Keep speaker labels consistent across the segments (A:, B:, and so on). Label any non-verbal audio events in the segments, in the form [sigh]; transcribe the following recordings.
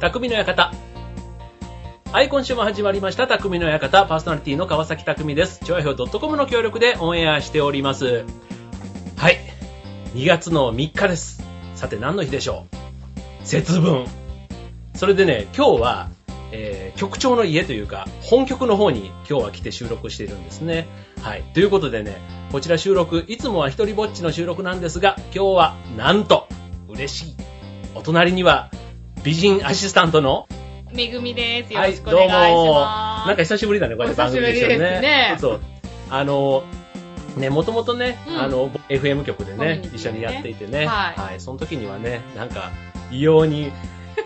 A: 匠の館。はい、今週も始まりました、匠の館、パーソナリティの川崎匠です。調和表 .com の協力でオンエアしております。はい、2月の3日です。さて、何の日でしょう節分。それでね、今日は、えー局長の家というか、本局の方に今日は来て収録しているんですね。はい。ということでね、こちら収録、いつもは一人ぼっちの収録なんですが、今日は、なんと、嬉しい。お隣には、美人アシスタントの、
B: めぐみです。よろしくお願いします。
A: なんか久しぶりだね、こうやって番組でしょ
B: お久しぶりですね
A: そう。あの、ね、もともとね、
B: うん
A: あの、FM 局で
B: コミ
A: ね
B: ュニティでね
A: 一緒にやっていてね、
B: はい
A: その時にはね、なんか、異様に、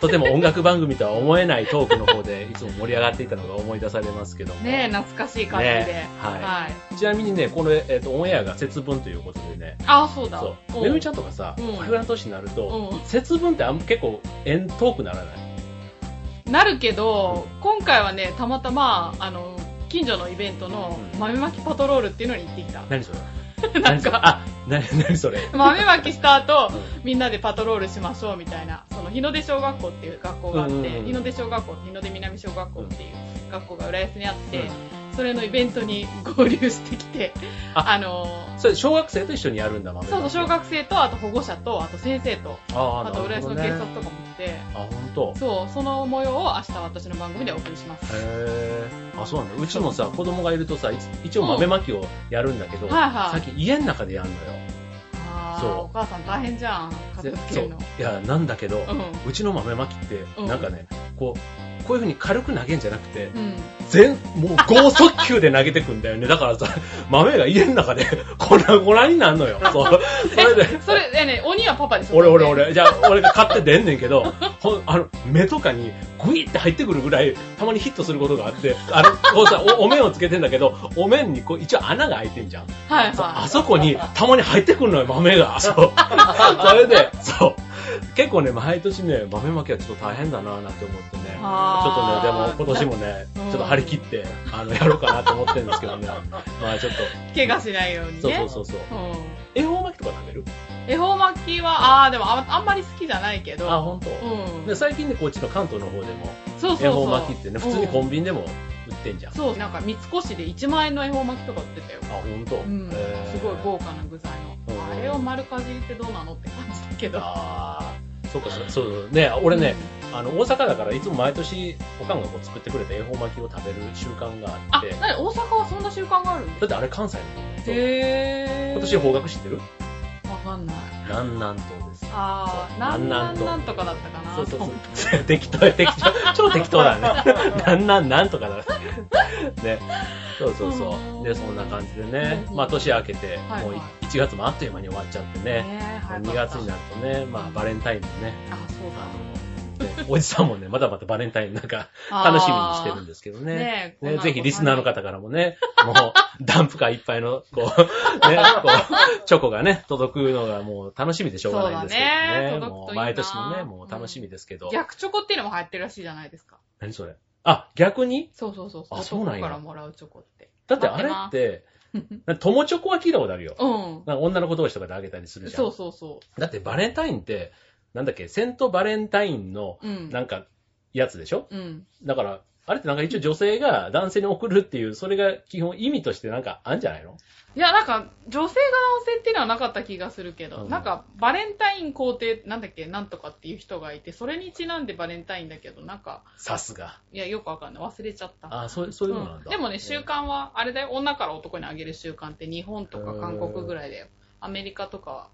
A: とても音楽番組とは思えないトークの方で、
B: [laughs]
A: いつも盛り上がっていたのが思い出されますけども。
B: ねえ、懐かしい感じで。
A: ねはいちなみにね、この、えっ、と、オンエアが節分ということでね、
B: あ、そうだ。
A: そうう、
B: ん
A: めぐみちゃんとかさ、
B: うん
A: これぐらいの年になると、
B: う
A: 節分ってあん結構、遠遠くならない。
B: ん。なるけど、今回はね、たまたま、あの、近所のイベントの
A: うん
B: 豆まきパトロールっていうのに行ってきた。
A: 何そ
B: [laughs]
A: れなんか、あ、な、何それ。
B: 豆まきした後
A: うん、
B: みんなでパトロールしましょうみたいな、その日の出小学校っていう学校があって、
A: うんうんうん
B: 日の出小学校、日の出南小学校っていう学校が浦安にあって、
A: うん
B: それのイベントに合流してきて、
A: あ
B: あの、
A: それ小学生と一緒にやるんだ豆
B: そうそう、小学生と、あと保護者と、あと先生と、
A: あー
B: あと浦
A: なる
B: 安
A: ほ
B: の
A: どね
B: 警察とかも来て、
A: あ本当
B: そう、その模様を明日私の番組でお送りします。
A: へえあそうなんだうちもさ子供がいるとさいつ一応豆まきをやるんだけど、
B: うんはいはい
A: さっき家の中でやるのよ
B: あ
A: そう
B: ーお母さん大変じゃん、片付けるの。
A: いやなんだけど、
B: う。
A: うんちの豆まきって、
B: うん
A: なんかねこうこういう風に軽く投げんじゃなくて、
B: うん。
A: 全、もう剛速球で投げてくんだよね。だからさ、豆が家の中で粉々になるのよ。そう。それで、
B: え、それ、えね、鬼はパパでしょ
A: 俺俺。俺、じゃあ俺が買って出んねんけど、ほんあの、目とかにグイって入ってくるぐらい、たまにヒットすることがあって、あの、こうさ、お、お面をつけてんだけど、お面にこう、一応穴が開いてんじゃん。
B: はい
A: そう
B: は
A: あそこに、たまに入ってくるのよ、豆が。
B: [laughs]
A: そう。それで、そう。結構ね、毎年ね、豆巻きはちょっと大変だなぁなんて思ってね。ちょっとね、でも
B: あー
A: 今年もね、
B: う
A: ち
B: ん
A: ょっと張り切って、あの、やろうかなと思ってるんですけどね。 [laughs] まあちょっ
B: い。怪我しないようにね。
A: と、そうそうそうそう。
B: う
A: 恵方巻きとか食べる
B: ん。恵方巻きは、あーでもああんまり好きじゃないけど。
A: あ、ほんと。
B: うん。
A: で最近ね、こっちの関東の方でも、
B: そうそうそう。
A: 恵方巻きってね、普通にコ
B: ビ
A: ンビニでも売ってんじゃん。あ、
B: そう、なんか三越で1万円の恵方巻きとか売ってたよ。
A: ほんと。
B: うん。
A: へー
B: すごい豪華な具材
A: うん
B: の。あれを丸かじりってどうなのって感じだけど。
A: あーそうかそうかそうそうね俺ね、あの大阪だからいつも毎年おかんがこう作ってくれた恵方巻きを食べる習慣があ
B: あ
A: って、
B: なに大阪はそんな習慣があるん
A: だ
B: だ
A: ってあれ関西のそう
B: へー。
A: 今年方角知ってる
B: わかんない。
A: 南南東です
B: あ
A: そう
B: ー、なん
A: な
B: な
A: ん
B: ん
A: と
B: なんとかだったかな。
A: そうそうそう適当や適当超適当
B: [laughs]
A: だね南南なんとかだねねそうそうそうでそんな感じでね
B: うん
A: まあ年明けて
B: はい
A: もう1月もあっという間に終わっちゃってね
B: ね
A: もう2月にな
B: る。
A: るとねまあバレンタインもね
B: あ、そう
A: あの、ね、おじさんもね、まだまだバレンタインなんか楽しみにしてるんですけど
B: ね。
A: ね。
B: えこん
A: ね
B: な
A: ぜひリスナーの方からもね、もう、ダンプカーいっぱいの、
B: [laughs]
A: こう、ね、こう、チョコがね、届くのがもう楽しみでしょうがないんですけどね。
B: そうだね
A: も
B: 届くと
A: う
B: いいな
A: 毎年のね、もう楽しみですけど。
B: 逆チョコっていうのも流行ってるらしいじゃないですか。
A: 何それあ、逆に
B: そうそうそう。
A: あそうなんや
B: 男からもらうチョコって。
A: だってあれって、なんか友チョコは聞いたことあるよ。
B: うん。
A: なんか女の子同士とかであげたりするじゃん。
B: そうそうそ
A: だってバレンタインって、なんだっけ、セントバレンタインの、
B: う。うん。
A: なんか、やつでしょ
B: うん。
A: だから、あれってなんか一応女性が男性に送るっていう、それが基本意味としてなんかあんじゃないの
B: いや、なんか、女性が男性っていうのはなかった気がするけど、
A: うん
B: なんか、バレンタイン皇帝、なんだっけ、なんとかっていう人がいて、それにちなんでバレンタインだけど、なんか、
A: さすが。
B: いや、よくわかんない。忘れちゃった。
A: あ、そう、そういうのなんだ。
B: うんでもね、習慣は、あれだよ、女から男にあげる習慣って日本とか韓国ぐらいだよ。アメリカとかは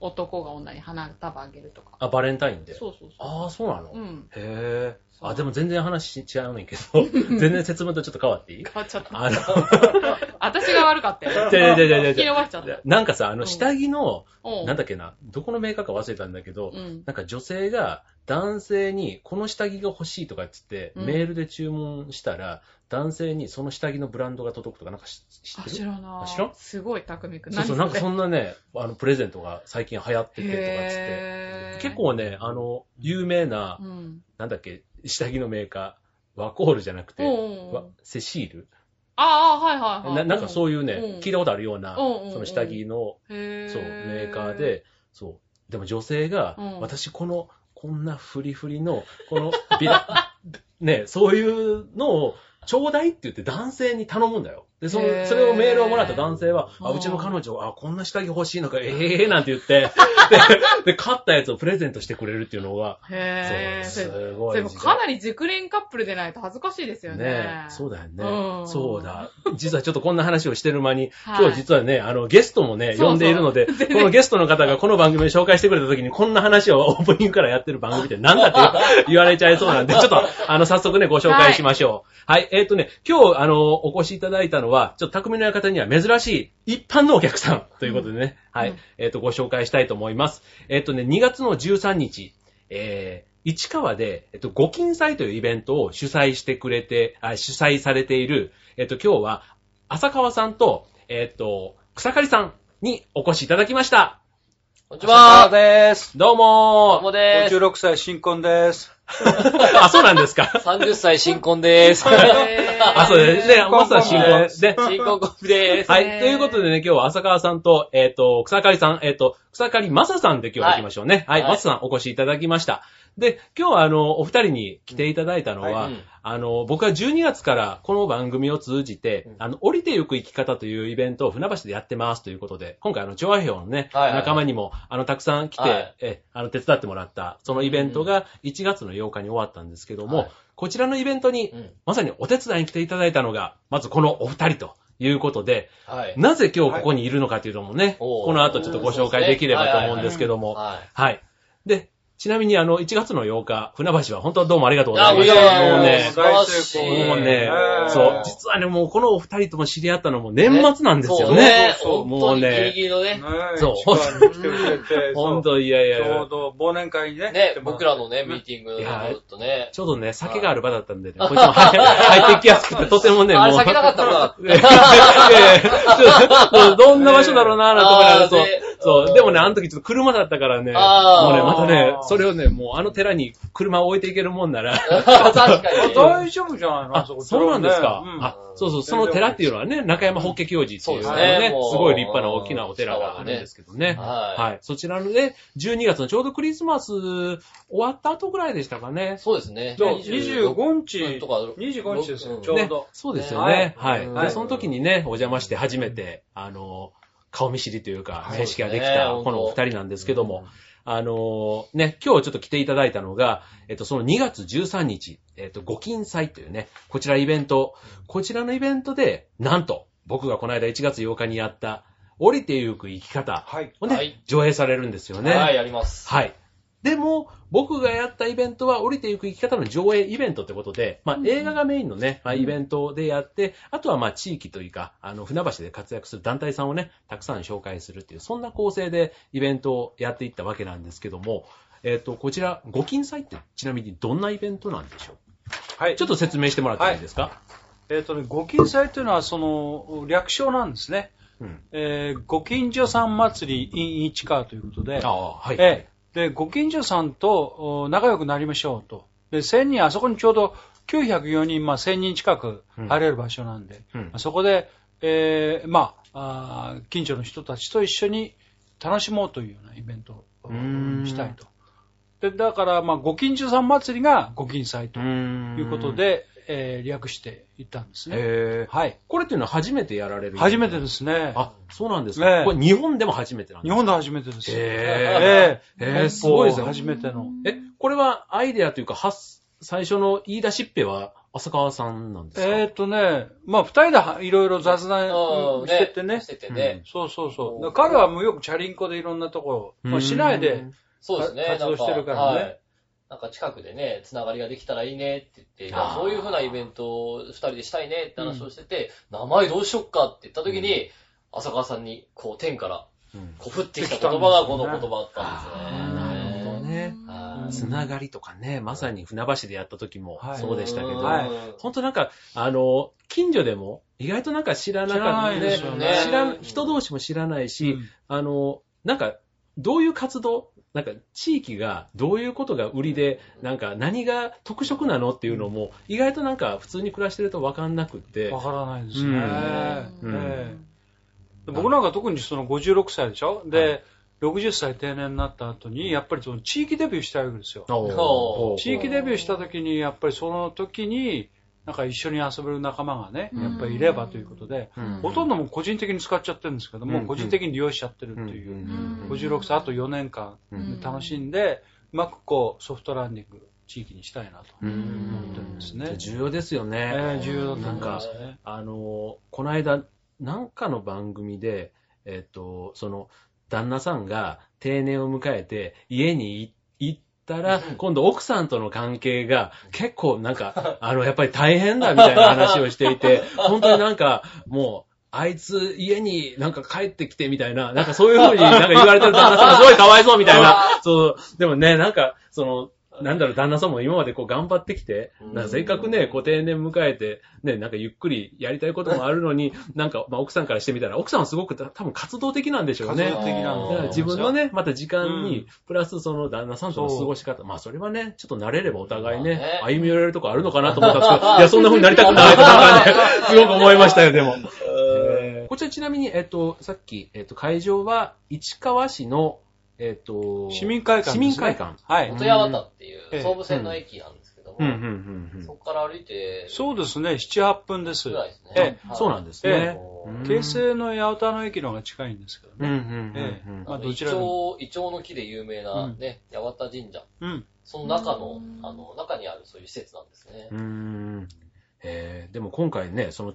B: 男が女に花束あげるとか。
A: あ、バレンタインで。
B: そうそうそ
A: ああ、そうなの、
B: う。う
A: へ
B: ん。
A: え。
B: そう
A: あ、でも全然話違うねんけ
B: [laughs]
A: ど、全然説明とちょっと変わっていい
B: 変わっちゃった。
A: あの、
B: [laughs] 私が悪かった
A: [laughs]
B: よ。
A: じゃじゃじゃじ
B: 聞
A: ゃ
B: き
A: じゃ
B: 逃しちゃった。
A: なんかさ、あの、下着の、
B: おう
A: なんだっけな、どこのメーカーか忘れたんだけど、
B: うん。
A: なんか女性が男性にこの下着が欲しいとかっつって、
B: うん
A: メールで注文したら、男性にその下着のブランドが届くとか、なんかし知
B: あ、
A: ってる
B: 知らな
A: 知らん
B: い。すごい、匠くん。
A: そうそう、なんかそ
B: ん
A: んなね、あの、プレゼントが最近流行っててとかっつって。
B: へー
A: 結、構ね、あの、有名な
B: う、ん。
A: なんだっけ、下着のメーカー、ワコールじゃなく
B: お
A: て、
B: うお
A: わ
B: う
A: セシール
B: ああ、はいはいは。
A: ないなんかそういう
B: うん
A: ね、聞いたことあるような、
B: うんうん
A: その下着の、
B: うん。へ
A: そう、メーカー、で、そう。でも女性が
B: うん、
A: 私この、こんなフリフリの、このビラ、 [laughs] ね、そういうのを、ちょうだいって言って男性に頼むんだよ。で、そ
B: へ
A: の、
B: ー
A: それをメールをもらった男性は、あ、
B: うん
A: うちの彼女、あ、こんな下着欲しいのか、ええなんて言って、で、で、買ったやつをプレゼントしてくれるっていうのが、
B: へ
A: そう、す
B: ぇー。
A: ご
B: で
A: い
B: も
A: 時代。
B: かなり熟練カップルでないと恥ずかしいですよね。
A: ねそうだよね、
B: うん
A: そうだ。実はちょっとこんな話をしてる間に、
B: はい
A: 今日実はね、あの、ゲストもね、
B: そうそう
A: 呼んでいる
B: [laughs]
A: ので、このゲストの方がこの番組を紹介してくれた時に、こんな話をオープニングからやってる番組ってなんだ
B: [laughs]
A: って言われちゃいそうなんで、ちょっと、あの、早速ね、ご紹介しましょう。はい、えっ、とね、今日、あの、お越しいただいたのは、ちょっと匠の館には珍しい一般のお客さん [laughs] ということでね、はい、
B: うん
A: えっ、と、ご紹介したいと思います。えっ、とね、2月の13日、えー、市川で、えっと、ご金祭というイベントを主催してくれて、あ主催されている、えっと、今日は、浅川さんと、えっと、草刈さんにお越しいただきました。
C: こんにちはです。
A: どう
C: どうも
A: もー。
C: で
D: 56歳新婚です。
A: [laughs] あ、そうなんですか
C: [laughs] す。。30歳新婚です。
B: へー
A: あ、そうですね。まさは新
D: こんばん
A: 婚
D: は。
A: で、
C: 新婚コンビです。
A: は
B: ね
A: い。ということでね、今日は浅川さんと、えっ、と、草刈さん、えっ、と、草刈正さんで今日は行きましょうね。は。
C: はいい
A: 正さんお越しいただきました。で、今日はあの、お二人に来ていただいたのは、
C: うん
A: あの、僕は12月からこの番組を通じて、
C: うん
A: あの、降りてゆく生き方というイベントを船橋でやってますということで、今回あの、調和表のね、
C: はいはいはい
A: 仲間にも、あの、たくさん来て、
C: はい
A: え、あの、手伝ってもらった、そのイベントが1月の8日に終わったんですけども、
C: はい
A: こちらのイベントに、
C: うん
A: まさにお手伝いに来ていただいたのが、まずこのお二人ということで、
C: はい。
A: なぜ今日ここにいるのかというのもね、
C: おー
A: この後ちょっとご紹介できればと思うんですけども、
C: はい。
A: はい。で、ちなみにあの、1月の8日、船橋は本当はどうもありがとうございま
C: い
A: し
C: や
A: た。
C: いやいや
A: もうね
C: 素、晴らしい。
A: もうね
D: えー
A: そう、実はね、もうこのお二人とも知り合ったのも年末なんですよ
C: そう
A: ね。
C: そう
A: もう
C: 本当にギリ
A: ね、
C: ギリのね。
A: そう、
D: 本当に来てくれて
A: [laughs] 本当いやい
D: そう
A: やい
D: ちょ
A: や
D: う。ど忘年会にね。来
C: ね
D: て、もらっ
C: 僕
D: て
C: らのね、ミーティングの
A: いや
C: ちょっとね。
A: ちょうどね、酒がある場だったんでね、こいつも入入ってきやすくて、とてもね、もう。
C: [laughs] あれ避
A: [laughs]
C: けなかったのか。
A: いやいやいやちょっとどんな場所だろうな、なんて思いながら、そう
C: あーで。
A: そうう。
C: ん
A: でもね、あの時ちょっと車だったからね、も
C: あ
A: うね、
C: ー
A: またね
D: あ、ー
A: それをね、もうあの寺に車を置いていけるもんなら、
C: 確か
D: あ
C: に。
D: 大丈夫じゃないの
A: あ、そうなんですか。あ、そうそう、その寺っていうのはね、中山法華教寺っていう
C: そう
D: です
C: ね
A: ね、
C: もう
A: すごい立派な大きなお寺があるんですけどね。
C: はい
A: はい。そちらのね、12月のちょうどクリスマス終わった後ぐらいでしたかね。
C: そうですね。
D: そう25日
C: とか、
D: 25日ですよ、
C: うん
D: ちょうど。
A: そうですよね。は。
C: はいい
A: で
D: はい
A: その時にね、お邪魔して初めて、あの、顔見知りというか、
D: はい
A: 面識ができ
C: そうで
A: た
C: す、ね
A: このお二人なんですけども、あの、ね、今日ちょっと来ていただいたのが、えっと、その2月13日、えっと、ご金祭というね、こちらイベント、こちらのイベントで、なんと、僕がこの間1月8日にやった、降りてゆく生き方
D: はい。
A: をね、
C: はい
A: 上映されるんですよね。
C: はい、やります。
A: はい。でも、僕がやったイベントは、降りていく生き方の上映イベントってことで、まあ、映画がメインのね、まあ、イベントでやって、あとはまあ、地域というか、あの、船橋で活躍する団体さんをね、たくさん紹介するっていう、そんな構成でイベントをやっていったわけなんですけども、えっ、と、こちら、ご金祭って、ちなみにどんなイベントなんでしょう
D: はい。
A: ちょっと説明してもらってもいいですか、
D: えっとね、ご金祭というのは、その、略称なんですね。
A: うん。
D: えーご近所さん祭り in 市川ということで。
A: ああ、はい。
D: ええで、ご近所さんとお仲良くなりましょうと。で、1000人、あそこにちょうど904人、まあ1000人近く入れる場所なんで、
A: うん
D: まあそこで、えーまああー近所の人たちと一緒に楽しもうというようなイベントを
A: うーん
D: したいと。で、だから、まあ、ご近所さん祭りがご近祭と
A: い
D: いうこと、で、えー略していったんですね。
A: えー
D: はい。
A: これっていうのは初めてやられる
D: 初めて
A: す
D: ですね。
A: あ、そうなんですか、
D: ええ
A: これ日本でも初めてなんです
D: 日
A: か
D: 本で初めてです。
A: へ
D: え
A: え
D: え
A: ーすごいですね
D: 初めての。
A: え、これはアイデアというか、発最初の言い出しっぺは浅川さんなんですか
D: えーっ、とね、まあ、二人ではいろいろ雑談
C: うん
D: してってね
C: し。ててね。
D: そうそうそう。だから彼はもうよくチャリンコでいろんなところ、まあ、市内で、
C: そうですね。
D: 活動してるから
C: なん
D: ね
C: はいなんか近くでね、つながりができたらいいねって言って、
A: あー
C: そういうふうなイベントを二人でしたいねって話をしてて、名前どうしよっかって言った時に、浅川さんに、こう、天から、
A: うん
C: こう、降ってきた言葉がこの言葉だったんです
A: あーなるほど
C: よね。
A: ね
C: はい
A: つながりとかね、まさに船橋でやった時も
D: はい
A: そうでしたけど、
C: ん
D: はい
A: 本当なんか、あの、近所でも、意外となんか知らな
D: 知ら
A: か
D: な
A: った
D: い
A: ね
D: ですよね
A: 知らん人同士も知らないし、
D: うん
A: あの、なんか、どういう活動なんか、地域が、どういうことが売りで、なんか、何が特色なのっていうのも、意外となんか、普通に暮らしてると分かんなくって
D: わ、からないです
A: うん
D: ね。
A: うん
D: ええ僕なんか特にその56歳でしょで、 60歳定年になった後に、やっぱりその地域デビューしたいわけですよ。
A: おー
C: お
D: 地域デビューした時に、やっぱりその時に、なんか一緒に遊べる仲間がね、やっぱりいればということで、
A: うん
D: ほとんどもう個人的に使っちゃってるんですけども、
A: うん
D: 個人的に利用しちゃってるっていう、56歳あと4年間
A: うん
D: 楽しんで、うまくこうソフトランディング地域にしたいなと
A: うん
D: 思ってるんですね。
A: 重要ですよね。
D: えー重要だと思いますね。
A: あの、この間、なんかの番組で、えっと、その、旦那さんが定年を迎えて、家にい行ったら、今度奥さんとの関係が、結構なんか、あの、やっぱり大変だみたいな話をしてい
C: [laughs]
A: て、本当になんか、もう、あいつ家になんか帰ってきてみたいな、なんかそういう風になんか言われてる旦那さんがすごいかわいそうみたいな、
C: [laughs]
A: そう、でもね、なんか、その、なんだろう、旦那さんも今までこう頑張ってきて、
C: うん
A: なんかせっかくね、こう定年迎えて、ね、なんかゆっくりやりたいこともあるの
D: [laughs]
A: に、なんか、まあ奥さんからしてみたら、奥さんはすごくた多分活動的なんでしょう
D: 家
A: ね
D: 族。的な
A: だか
D: んで
A: ら自分のね、また時間
D: う
A: に
D: ん、
A: プラスその旦那さんとの過ごし方。まあそれはね、ちょっと慣れればお互いね
C: まあ、ね
A: 歩み寄れるとこあるのかなと思ったんですけ
D: [laughs]
A: ど、いや、そんな風になりたくないとなんかね、すごく思いましたよ、でも。えーこちらちなみに、えっと、さっき、えっと、会場は、市川市の、えっと、
D: 市民会館です、ね。
A: 市民会館。
D: はい。
C: 元八幡っていう
D: ええ
C: 総武線の駅なんですけども、
A: うんうんうん
C: そこから歩いて、
D: そうですね、7、8分です
C: ぐ。らいですね。
D: え
A: うん。そうなんですね。
C: うん
D: 京成の八幡の駅の方が近いんですけど
A: うん
D: ね。
A: うん
D: え
A: うんうん
D: え
C: あ
D: まあ、
C: の
D: ど
C: イチ
D: ちらでも。
C: ョウ、イチョウの木で有名なね、八幡神社。
D: うん。
C: その中の
B: うん、
C: あの、中にあるそういう施設なんですね
A: う。ーんえーでも今回ね、その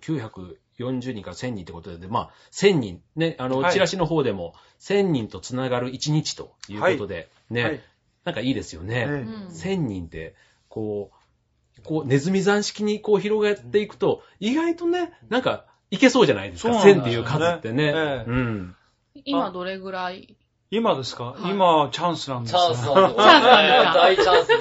A: 940人から1000人ってことで、まあ、1000人、ね、あの、
D: はい
A: チラシの方でも、1000人とつながる1日ということで、ね、
D: はい
A: なんかいいですよ
D: え
A: ね。
D: え
B: うん
A: 1000人って、こう、こう、ネズミ山式にこう広がっていくと、意外とね、なんか、いけそうじゃないですか。
D: そうな
A: 1000っ
D: んですよ
A: ていう数ってね。
D: ええ
A: うん。
B: 今どれぐらい
D: 今ですか、
B: はい
D: 今はチャンスなん
C: [laughs]
D: で
C: チ
D: すよ
C: ャンスなんですよ。
B: チャンスなんだ
C: 大チャンスで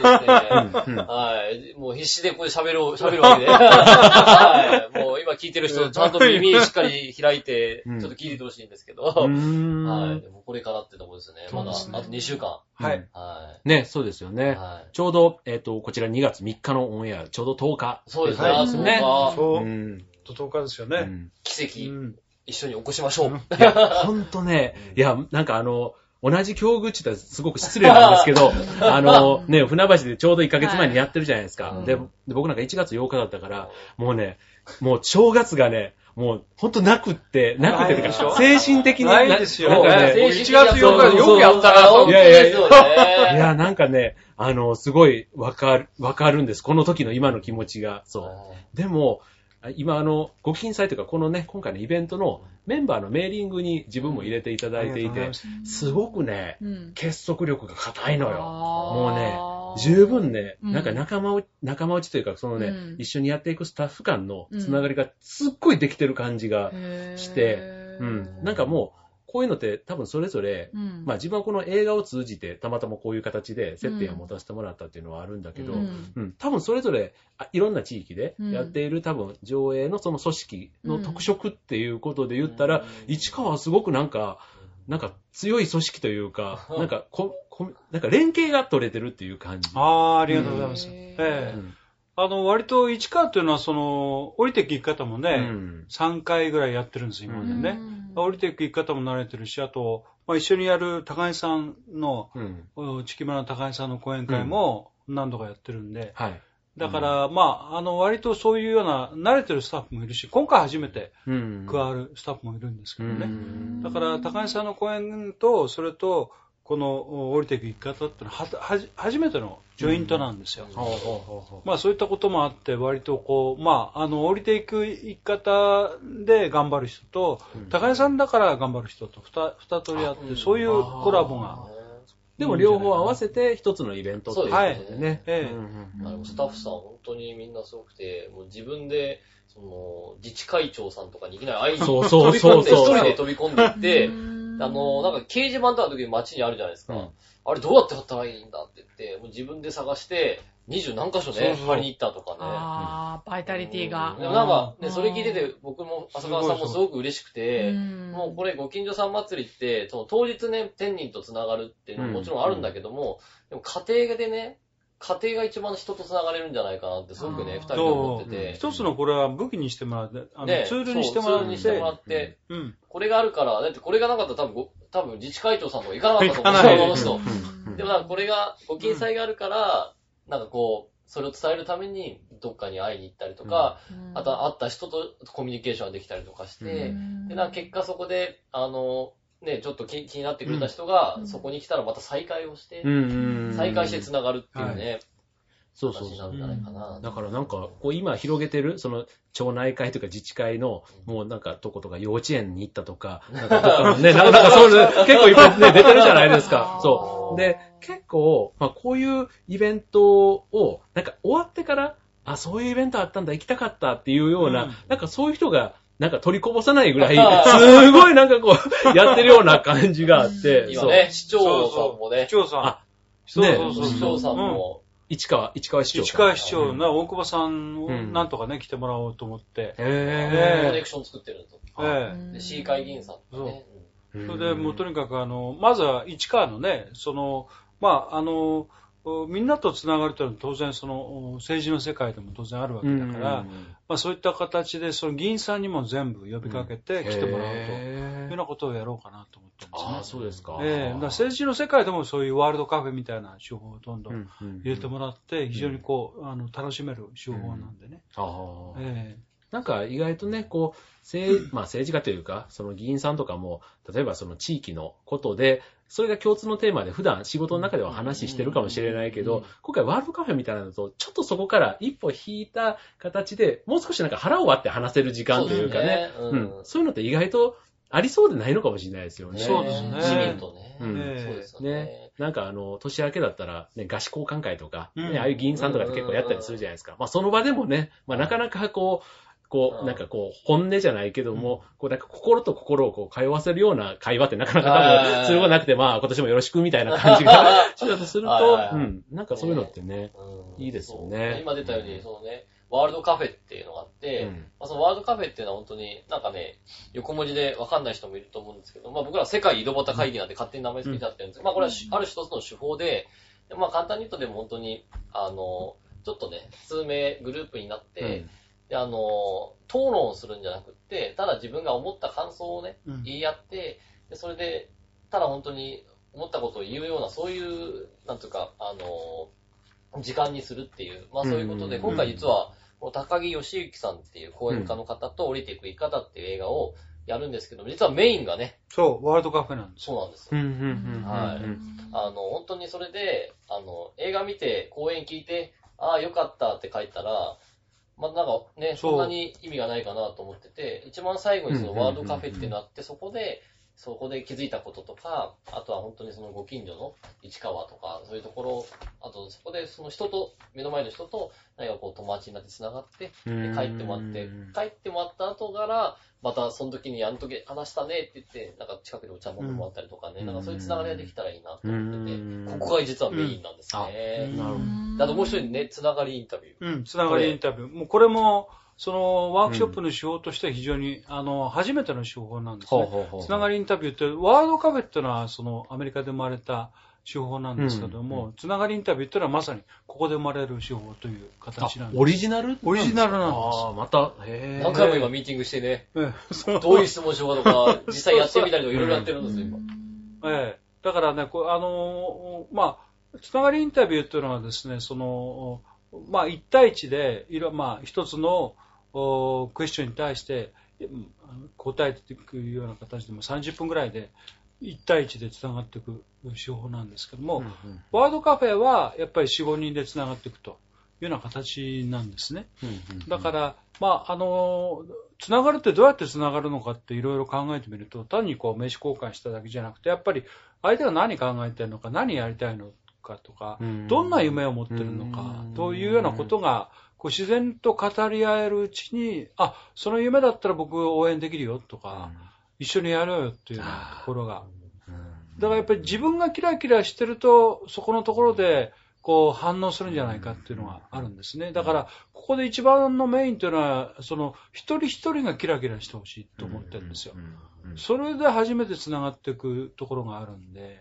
C: す
A: う
C: ね。
A: ん
C: はい。もう必死でこれ喋 [laughs] ろう、喋るわけで。はい。もう今聞いてる人、ちゃんと耳しっかり開いて、ち
A: う
C: ょ
A: ん
C: っと聞いててほしいんですけど。
A: う
D: [laughs]
A: ー
C: は
A: ん
C: い。でもこれからってとこですね。まだ、あ
B: そうですね
C: と2週間。
D: はい。
C: は
A: ね、そうですよ
C: い。
A: ね。
C: はい。
A: ちょうど、えっ、と、こちら2月3日のオンエア、ちょうど10日。
C: そうですね。
A: はい
C: あそうか。
D: そうう、
A: ん。
D: と10日ですよ
A: う
D: ね。
A: ん
C: 奇跡、
D: うん
C: 一緒に起こしましょう。
A: いや、
D: [laughs]
A: ほんとね、いや、なんかあの、同じ境遇って言ったらすごく失礼なんですけ
D: [laughs]
A: ど、あの、ね、船橋でちょうど1ヶ月前にやってるじゃないですか。
C: はい
A: で
C: うん
A: で僕なんか1月8日だったから、もうね、もう正月がね、もうほんとなくって、なくてっていう
D: ない
A: か、
D: でしょ
A: 精神的に
D: ない
A: な
D: ですよ
A: なんか
D: ね
A: ね、
D: 1月8日よくやったな
A: と
C: 本当ですよ
A: い
C: ね。
A: や、なんかね、あの、すごいわかる、わかるんです。この時の今の気持ちが。そう。でも、あ今、あの、ご金祭というか、このね、今回のイベントのメンバーのメーリングに自分も入れていただいてい
D: ありがとうござ
A: て
D: ま、す
A: すごくね、
B: うん。
A: 結束力が硬いのよ。
B: も
A: 十分ね、
B: うん
A: なんか仲間内、仲間内というか、そのね、
B: うん
A: 一緒にやっていくスタッフ間のつながりがすっごいできてる感じが、してうん。なんかもう、こういうのって多分それぞれ、
B: うん、
A: まあ自分はこの映画を通じて、たまたまこういう形で接点を持たせてもらったっていうのはあるんだけど、
C: う
B: うん
A: うん、多分それぞれあいろんな地域で
B: うん
A: やっている、多分上映のその組織の特色っていうことで言った
C: う
A: ら
C: ん、
A: 市川はすごくなんか、なんか強い組織というか、なんかここなんか連携が取れてるっていう感じ。
D: あーありがとうございます。
B: うん
D: え
A: う
D: え
A: ん
D: あの、割と市川というのは、その、降りていく行き方も
A: う
D: ね、
A: ん
D: 3回ぐらいやってるんです、今までね。降りていく行き方も慣れてるし、あと、まあ、一緒にやる高井さんの、
A: うん
D: うん地木村の高井さんの講演会も何度かやってるんで、
A: はい。
D: だから、まあ、あの、割とそういうような、慣れてるスタッフもいるし、今回初めて
A: うん
D: 加わるスタッフもいるんですけど
A: う
D: ね。
A: ん
D: だから、高井さんの講演と、それと、このお降りていく行き方ってのは、ははじ初めてのジョイントなんですよ。
C: うん
A: ほうほうほうほう
D: まあそういったこともあって、割とこう、まあ、あの、降りていく生き方で頑張る人と、
A: うん
D: 高井さんだから頑張る人と二、二通りあって、
C: うん
D: そういうコラボ
A: あ
D: が。
A: でも両方合わせて一つのイベントっていうことでね。
D: そうですね
A: うん
C: あのスタッフさん、本当にみんなすごくて、もう自分で、その、自治会長さんとかにいきなり会いに
A: そうそうそうそう
C: 飛び込んで、一人で飛び込んでいって、
A: [laughs]
B: うん
C: あの、なんか掲示板とかの時に街にあるじゃないですか。
A: うん
C: あれどうやって貼ったらいいんだって言って、もう自分で探して、二十何箇所
D: そう
C: ね、
D: そう
C: 貼りに行ったとかね。
B: ああ、バイタリティが
C: うん。でもなんか、
B: う
C: ね、
B: ん
C: それ聞いてて、僕も浅川さんもすごく嬉しくて、もうこ
B: れ、
C: れご近所さん祭りって、その当日ね、天人と繋がるっていうのももちろんあるんだけども、でも家庭でね、家庭が一番人と繋がれるんじゃないかなって、すごく
B: あー
C: ね、二人と思ってて。
D: 一つのこれは武器にしてもらって、あの
C: ね
D: ツールにしてもら
C: そうツール
D: っ
C: にしてもら
D: て、
C: って、
D: うん。
C: これがあるから、だってこれがなかったら多分ご、多分自治会長さんとか行かなかったと思う。
A: 行かない
C: そうこの人。
B: うん
C: でもなんかこれが、ご金祭があるから、なんかこう、それを伝えるために、どっかに会いに行ったりとか、
B: うん
C: あと会った人とコミュニケーションができたりとかして、で、なんか結果そこで、あの、ね、ちょっと気気になってくれた人が、
B: うん
C: そこに来たらまた再会をして、
A: うんうん
C: 再会して繋がるっていうね、
A: そうそう
C: 形にな
A: そう
C: る
A: ん
C: じゃないかな。
A: だからなんか、こう今広げてる、その、町内会とか自治会の、もうなんかとことか幼稚園に行ったとか、なんかどっかのね、なんかそういうの結構いっぱいね、出てるじゃないですか。そう。で、結構、まあこういうイベントを、なんか終わってから、あ、そういうイベントあったんだ、行きたかったっていうような、
D: うん
A: なんかそういう人が、なんか取りこぼさないぐらい、すごいなんかこう、やってるような感じがあって、
C: 今
A: そう。
C: ね、市長さんも
D: 市
C: ね、
D: 長さ
A: あ
D: ん。そう
A: ね
D: そうそうそう。
C: 市長さん
D: う
C: も、
A: 市川、市川市長。
D: 市川市長
A: うん
D: な、大久保さんを
A: うん
D: なんとかね、来てもらおうと思って。
A: へ
C: コ
A: ー
C: ネクション作ってるんですよ。
D: ええ
C: で、市議会議員さんとかね。うん
D: それでもうとにかく、あの、まずは市川のね、その、まあ、あの、みんなとつながるというのは当然その政治の世界でも当然あるわけだから、
A: うん
D: まあ、そういった形でその議員さんにも全部呼びかけて来てもらうというようなことをやろうかなと思ってますね
A: ああ、。そうですか。
D: ええだから政治の世界でもそういうワールドカフェみたいな手法をどんどん入れてもらって、非常にこう、あの、楽しめる手法なんでね。
A: ああ
D: え
A: なんか意外とね、こう、政,、まあ、政治家というか、その議員さんとかも、例えばその地域のことで、それが共通のテーマで普段仕事の中では話してるかもしれないけ
C: うんうん
A: ど
C: うん、
A: 今回ワールドカフェみたいなのと、ちょっとそこから一歩引いた形で、もう少しなんか腹を割って話せる時間というかね、
C: そう
A: う
C: ですね
A: ん、そういうのって意外とありそうでないのかもしれないですよね。
D: そうですね
C: 市民とね。
A: う
C: そ
A: ん
C: う
D: ええ
C: ですよ
A: ね
C: ね。、
A: なんかあの、年明けだったら、ね、合宿交換会とか、ね
D: うん
A: ああいう議員さんとかって結構やったりするじゃないですか。まあ、その場でもね、まあ、なかなかこう、こ
C: う
A: う、
C: ん
A: なんかこう、本音じゃないけども、こう、なんか心と心をこう、通わせるような会話ってなかなか多
C: あ
A: 分、
C: ー
A: することなくて、まあ、今年もよろしくみたいな感じ
C: [laughs]
A: が、しだとする
C: はい
A: と
C: はい、
A: う
C: はい
A: ん、なんかそういうのってね、
C: うん
A: いいですよね
C: そう今出たように、そのね、ワールドカフェっていうのがあっ
A: う
C: て、
A: ん
C: まあ、そのワールドカフェっていうのは本当になんかね、横文字でわかんない人もいると思うんですけど、まあ僕ら世界井戸端会議なんて勝手に名前付けちゃってるんですけど、まあこれはしある一つの手法で、でまあ簡単に言うとでも本当に、あの、ちょっとね、数名グループになって、で、あの、討論をするんじゃなくって、ただ自分が思った感想をね、
D: えうん
C: 言い合って、でそれで、ただ本当に思ったことを言うような、そういう、なんていうか、あの、時間にするっていう、まあそういうことで、
A: うんうんうん
C: 今回実は、この高木義行さんっていう講演家の方と降りていく生き方っていう映画をやるんですけども、実はメインがね、
D: そう、ワールドカフェなんです。
C: そうなんです
A: う
C: よ。
A: んうんうんうん
C: は
A: う
C: い
A: ん
C: あの、本当にそれで、あの、映画見て、講演聞いて、ああ、よかったって書いたら、まあ、なんかね、
D: そう
C: そんなに意味がないかなと思ってて、一番最後にそのワールドカフェっていうのあって、そこで、そこで気づいたこととか、あとは本当にそのご近所の市川とか、そういうところ、あとそこでその人と、目の前の人と、何かこう友達になって繋がって、で帰ってもらって、帰ってもらった後から、またその時にあの時話したねって言って、なんか近くでお茶飲んでもらったりとかね、
A: うん
C: なんかそういうつながりができたらいいなと思ってて、
A: うん
C: ここが実はメインなんですね。
A: なるほど
C: であともう一人ね、つながりインタビュー。
D: うん、つながりインタビュー。もうこれも、そのワークショップの手法としては非常に、あの、初めての手法なんですね。つなが
A: り
D: りインタビューって、ワールドカフェっていうのは、そのアメリカで生まれた手法なんですけども、つながりインタビューっていうのはまさにここで生まれる手法という形なん
A: オ
D: で
A: リジナル
D: オリジナルなんです
A: ああ、また、へえ。、
C: 何回も今ミーティングしてね、
D: す。ええ [laughs] そう
C: どういう質問しようかとか、実際やってみたりとかいろいろやってるんですよ、今。
D: ええだからね、こうあのーまあ、つながりインタビューというのはですね、その、まあ、一対一で、いろ、まあ、一つの、おクエスチョンに対して、うんあの答えていくような形で、もう30分ぐらいで、一対一でつながっていく手法なんですけども、ワールドカフェは、やっぱり4、5人でつながっていくというような形なんですね。だからら、まあ、あの、つながるってどうやってつながるのかっていろいろ考えてみると、単にこう名刺交換しただけじゃなくて、やっぱり相手が何考えてるのか、何やりたいのかとか、どんな夢を持ってるのか
A: うん、
D: というようなことが、こう自然と語り合えるうちに、あ、その夢だったら僕応援できるよとか、一緒にやろうよっていうようなところが。だからやっぱり自分がキラキラしてると、そこのところで、こう反応するんじゃないかっていうのがあるんですね。だから、ここで一番のメインというのは、その、一人一人がキラキラしてほしいと思ってるんですよ。それで初めて繋がっていくところがあるんで、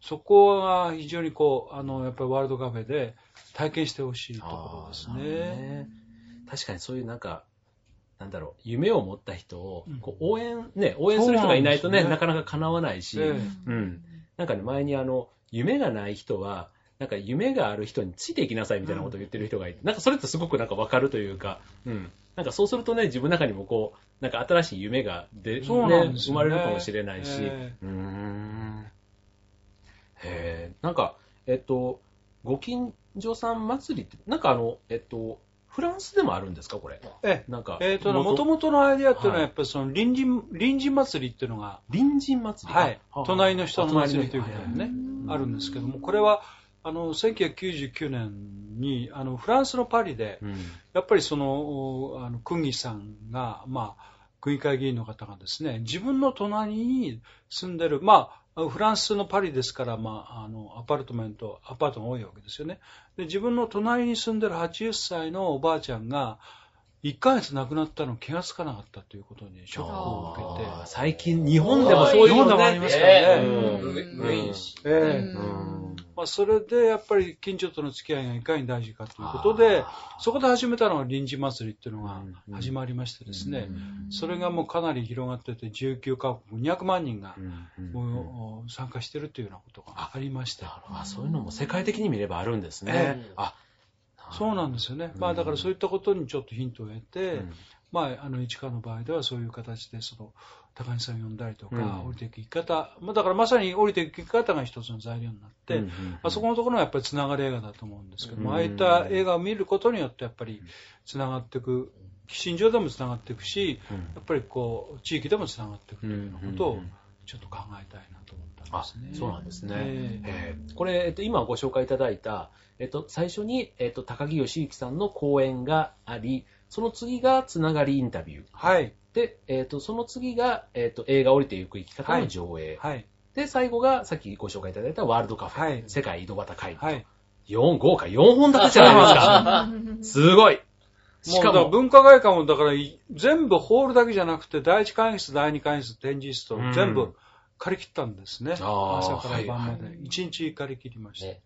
D: そこが非常にこう、あの、やっぱりワールドカフェで体験してほしいところです
A: あーなるほど
D: ね。
A: ね確かにそういうなんか、なんだろう、夢を持った人を
D: うん
A: こう応援、ね、応援する人がいないとね、
D: そう
A: な
D: な
A: ん
D: です
A: かなか叶わないし、
D: ええ
A: うんなんかね、前にあの、夢がない人は、なんか夢がある人についていきなさいみたいなことを言ってる人がいて、なんかそれってすごくなんかわかるというか、うん。なんかそうするとね、自分の中にもこう、なんか新しい夢がで、ね、
D: そうなんです
A: 生
D: よね
A: まれるかもしれないし、
D: え
A: うーん。へえ、なんか、えっと、ご近所さん祭りって、なんかあの、えっと、フランスでもあるんですか、これ。
D: え
A: なんか、
D: えーとね、もともとのアイデアっていうのは、やっぱりその隣人、隣人祭りっていうのが、
A: 隣人祭りか
D: はい
A: あ
D: 隣の人の祭り
A: あ
D: ということ
A: は
D: で
A: は
D: ね、
A: うん
D: あるんですけども、これは、あの、1999年に、あの、フランスのパリで、
A: うん
D: やっぱりその、おあの、区議さんが、まあ、区議会議員の方がですね、自分の隣に住んでる、まあ、フランスのパリですから、まあ、あの、アパートメント、アパートが多いわけですよね。で、自分の隣に住んでる80歳のおばあちゃんが、1ヶ月亡くなったの気がつかなかったということにショックを受けて、
A: あー最近、日本でもそういう
D: 日本で
A: の
D: もあ
A: ね
D: りますからね。
A: うん
C: ウェウェイン氏。
D: え
B: う
D: え
B: ん
D: まあ、それでやっぱり近所との付き合いがいかに大事かということで、そこで始めたのが臨時祭りっていうのが始まりましてですね、それがもうかなり広がってて、19カ国、200万人が
A: うん
D: もう参加してるというようなことがありまし
A: なる
D: た。
A: ほどあそういうのも世界的に見ればあるんですね
C: ええ。
A: あ
D: そうなん
A: で
D: ですよね。
A: うん
D: まあだからそういったことにちょっとヒントを得て、まああの市川の場合ではそういう形でその高木さんを呼んだりとか、
A: うん
D: 降りていく生き方、まあだからまさに降りていく生き方が一つの材料になって、あそこのところがやっぱりつながる映画だと思うんですけども、
A: うん
D: ああいった映画を見ることによってやっぱり
A: うん
D: つながっていく、心情でもつながっていくし、やっぱりこう、地域でもつながっていくというようなことをちょっと考えたいなと思ったん
A: あ
D: ですね。
A: そうなんですね。
D: ええ
A: えーこれ、えっと、今ご紹介いただいた、えっと、最初に、えっと、高木義行さんの講演があり、その次がつながりインタビュー。
D: はい、
A: で、えっと、その次が、えっと、映画降りていく生き方の上映。
D: はい、
A: で、最後が、さっきご紹介いただいたワールドカフェ。
D: はい
A: 世界井戸端会議。
D: はい。
A: 4、豪華4本立てじゃない
D: [laughs]
A: ですか。すごい。しか
D: もうだら
A: も、
D: 文化会館もだからい全部ホールだけじゃなくて、第一会議室、第二会議室、展示室と
A: うん
D: 全部借り切ったんですね。
A: あー
D: 朝から晩ま
B: はい
D: で。一日借り切りました。
C: ね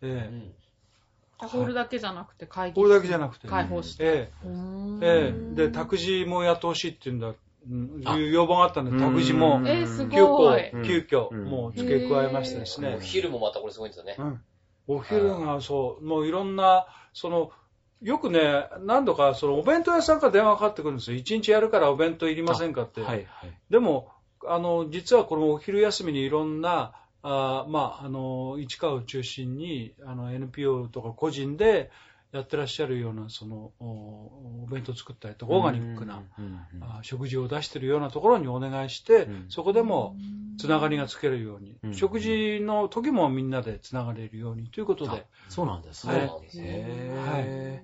D: ええ
B: ホールだけじゃなくて会議室
D: ホールだけじゃなくて。
B: 開放して。
D: ええ
B: うん
D: ええ、で、託児もやってほしいっていうんだ、うんいう要望があったんで、
A: あ
D: 託児も
A: うん
B: えー、す
D: 急
B: ごい。
D: 遽、急遽、
A: うん
D: もう付け加えましてです
C: も
D: ね
C: う。昼もまたこれすごいんですよね
D: う。んお昼がそう、もういろんな、その、よくね、何度か、その、お弁当屋さんから電話がかかってくるんですよ。一日やるからお弁当いりませんかって。
A: はい、はい。
D: でも、あの、実はこのお昼休みにいろんな、あーまあ、あの、市川を中心に、あの、NPO とか個人でやってらっしゃるような、その、おお弁当作ったりとか、オーガニックな、
A: うん。うんうん
D: あー食事を出してるようなところにお願いして、
A: うん
D: そこでもつながりがつけるように、
A: うん
D: 食事の時もみんなでつながれるようにということで、
A: そうなんです
C: そう
A: ね
C: な。んですよ。
A: へ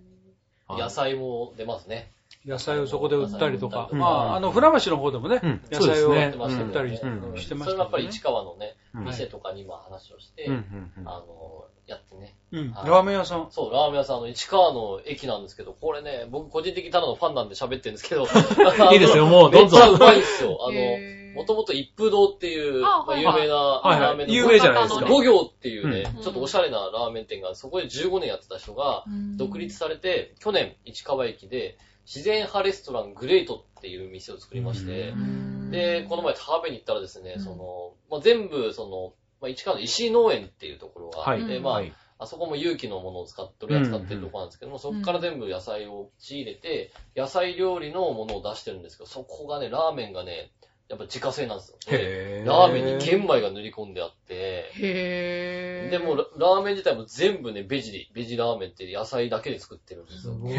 A: ー
C: 野菜も出ますね。
D: 野菜をそこで売ったりとか、
A: うん
D: まあ、あの、船橋の方でもね、
A: うん
D: 野菜
A: そう
D: を
A: で
D: 売
A: すね
D: っ
C: よ
D: た
C: ね
D: り
A: うん
D: してま
C: そ
D: し
C: れもや
D: た
C: っぱ
D: け
C: り
D: どね
C: 市川のね、
A: うん
C: 店とかに今話をして、
A: うんうんうん
C: あの、やってね。
D: うん、
C: はい
D: ラーメン屋さん。
C: そう、ラーメン屋さんの市川の駅なんですけど、これね、僕個人的にただのファンなんで喋ってるんですけど、い
A: [laughs] いいです
C: [laughs]
A: よもうどんどん
C: めっちゃうまいんですよ。あの、
B: へー
C: もともと一風堂っていう、
B: あ
C: まあ
B: はい
C: 有
B: はい
C: 名な
A: はい
C: ラー
A: は
C: メン
A: い。
C: の、
A: 有名じゃないですか。
C: 五行っていうね、
B: うん
C: ちょっとおしゃれなラーメン店が、そこで15年やってた人が、独立されて、去年、市川駅で、自然派レストラングレートっていう店を作りまして、
B: うん
C: で、この前食べに行ったらですね、
B: うん
C: その、まあ、全部、その、まあ、市川の石井農園っていうところがあって、
B: はい
C: まあ、
A: はい
C: あそこも有機のものを使っとるやつ使ってるとこなんですけども、そこから全部野菜を仕入れて、野菜料理のものを出してるんですけど、そこがね、ラーメンがね、やっぱ自家製なんですよ。で
A: へー
C: ラーメンに玄米が塗り込んであって、
B: へー。
C: で、もうララーメン自体も全部ね、ベジで、ベジラーメンって野菜だけで作ってるんですよ。
D: すごい
A: へ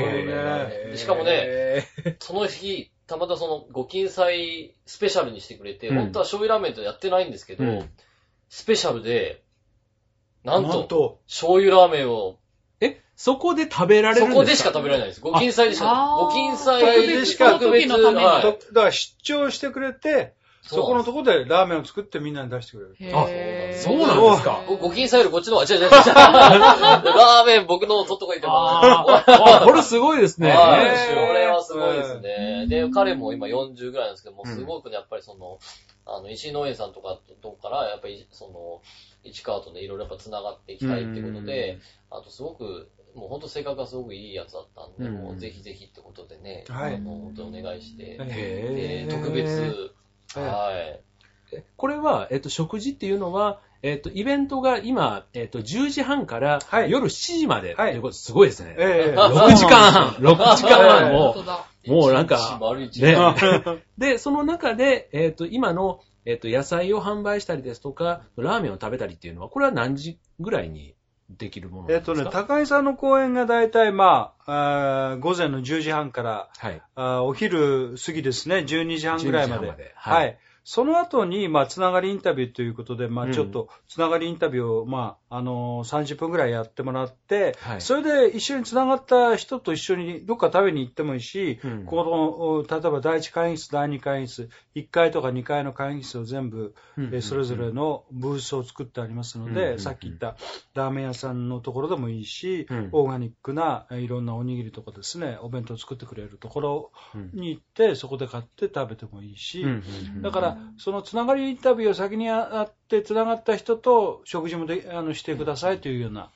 A: ー
C: でしかもね、
A: へ
C: その日、たまたまその、ご金祭スペシャルにしてくれて、
A: うん
C: 本当は醤油ラーメンとやってないんですけど、
A: うん
C: スペシャルで、なんと、
D: と
C: 醤油ラーメンを、
A: ーえ、そこで食べられる
C: そ
A: んですか
C: こでしか食べられないです。ご金祭でしか、
B: あ
C: ご金
B: 特
C: 祭
B: 別
C: でしか
B: その時のために
C: はい
D: だから出張してくれて、そこのところでラーメンを作ってみんなに出してくれる。
B: へー
C: あ
A: そうなんですか
C: ごご金祭よりこっちの方が、違
A: [laughs]
C: う違う違う。ラーメン僕の取っとこいって
A: あーあ、これすごいですね。
C: はい
D: ね
C: これはすごいです
D: う
C: ね。
D: ん
C: で、彼も今40ぐらいなんですけども、すごくね、やっぱりその、あの、石井農園さんとかとから、やっぱり、その、市川とね、いろいろやっぱ繋がっていきたいってことで、あとすごく、もう本当性格がすごくいいやつだったんで、
A: うん
C: もうぜひぜひってことでね、
D: はい
C: あの、本当にお願いして、
A: へ
C: で特別、
D: え
C: はい。
A: これは、えっと、食事っていうのは、えっと、イベントが今、えっと、10時半から
D: はい
A: 夜7時までと
D: はい
A: いうこと、すごいですね。
D: ええ
A: 6時間
C: [laughs]
A: 半、6時間半
B: 本
A: も
B: 当だ。
A: もうなんか
C: 一日丸一日
A: ね [laughs] で、その中で、えっ、と、今の、えっ、と、野菜を販売したりですとか、ラーメンを食べたりっていうのは、これは何時ぐらいにできるものなん
D: え
A: で
D: っ
A: すか
D: とね、高井さんの公演が大体、まあ、あー午前の10時半から、
A: はい。
D: あーお昼過ぎですね、12時半ぐらいま
A: 12時半
D: で
A: まで。は
D: はいい。その後に、まあ、つながりインタビューということで、
A: う
D: ま
A: ん
D: あ、ちょっと、つながりインタビューを、まあ、あのー30分ぐらいやってもらって、
A: はい
D: それで一緒につながった人と一緒にどっか食べに行ってもいいし、
A: うん
D: この、例えば第1会議室、第2会議室、1階とか2階の会議室を全部、えーそれぞれのブースを作ってありますの
A: うんうんうん
D: で、さっき言ったラーメン屋さんのところでもいいし
A: うん、
D: オーガニックなえーいろんなおにぎりとかですね、お弁当作ってくれるところ
A: うん、
D: に行って、そこで買って食べてもいいし
A: うん、うんうん
D: だから、そのつながりインタビューを先にやって、つながった人と食事もであのしてくださいというような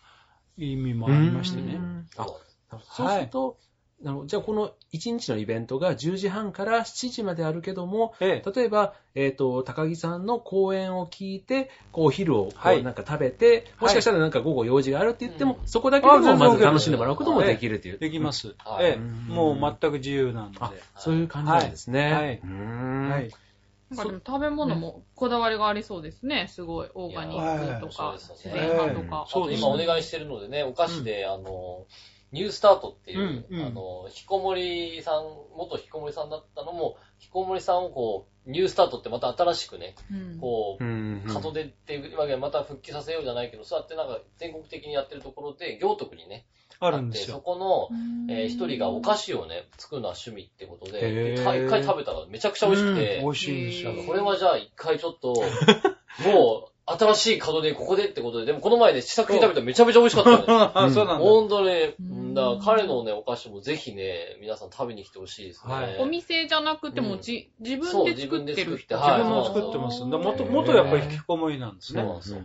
D: 意味もありましてね
A: う。ん
C: あ
A: あそうすると、あのじゃあこの1日のイベントが10時半から7時まであるけども、
D: ええ
A: 例えば、えっ、と、高木さんの講演を聞いて、こう、お昼をこう
D: はい
A: なんか食べて、もしかしたらなんか午後用事があるって言っても、
C: うん
A: そこだけで
D: あ全
A: も
D: 然
A: ま
D: OK
A: ず
D: です
A: 楽しんでもらうこともできるという。
D: できます
C: は。い
D: ええ
A: うん
D: もう全く自由なので。
A: あ、そういう感じなんですね。
D: はいう
A: ーん
D: はい。
B: なんかでも食べ物もこだわりがありそうですね。すごい。オーガニックとか
C: いや、
B: 自然派とか
C: あ。と今お願いしてるのでね、お菓子で、あの、ニュースタートっていう、
D: うんうん
C: あの、ひきこもりさん、元ひきこもりさんだったのも、ひきこもりさんをこう、ニュースタートってまた新しくね、
B: うん
C: こう、
A: ん
C: 門出っていうわけでまた復帰させようじゃないけど、そうやってなんか全国的にやってるところで、行徳にね、
D: あるんで
C: あ
D: す
C: ってそ
D: よ。
C: この、えー一人がお菓
B: 子
C: 子をね、作るのは趣味ってこと
A: へ
C: で、
A: ー
C: 一回一回食べたらめちゃくちゃ美味しく
D: う
C: て
D: ん美、味しいんですよ
B: へ。ー
C: これはじゃあ一回ちょっと、もう、新しい門出ここでってことで、でもこの前ね、試作品食べたらめちゃめちゃ美味しかったのよ。
D: あそうなんだ。
C: 本当ね、
B: うん
C: だから彼のね、お菓子もぜひね、皆さん食べに来てほしいですね。
D: はい
B: お店じゃなくても、じ、自分で作ってる人。
C: そう
D: 自
C: はい
D: 分も作ってます。だ元
C: はい
D: 元やっぱり引きこもりなんです
C: そう
D: ね。
C: なんですよ。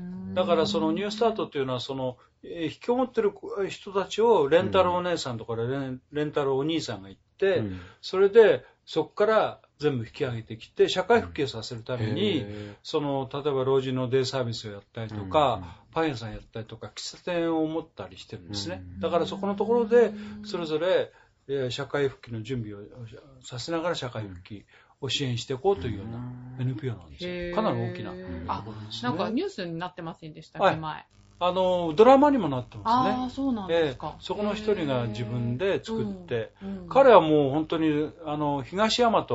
B: え
D: だからそのニュースタートっていうのはその、えー引きこもってる子人たちをレンタルお姉さんとかレンレンタルお兄さんが行って、
A: うん
D: それでそこから全部引き上げてきて、社会復旧させるために、
A: へ
D: その例えば老人のデイサービスをやったり
A: ー
D: と
A: うん
D: か、パン屋さんやったりとか、喫茶店を持ったりしてるんですね。
A: うん
D: だからそこのところで、それぞれ、えー社会復帰の準備をさせながら社会復帰を支援していこうというような NPO なんです
B: へー
D: よ。かなり大きな。
B: あ
D: ところです
B: な
D: ね
B: んかニュースになってませんでしたっけ、
D: はい
B: 前。
D: あの、ドラマにもなってます
B: ああ、
D: ね。
B: そうなんで
D: え
B: す
D: え
B: か。
D: そこの一人が自分で作って、
B: へー、うん
D: 彼はもう本当に、あの、東大和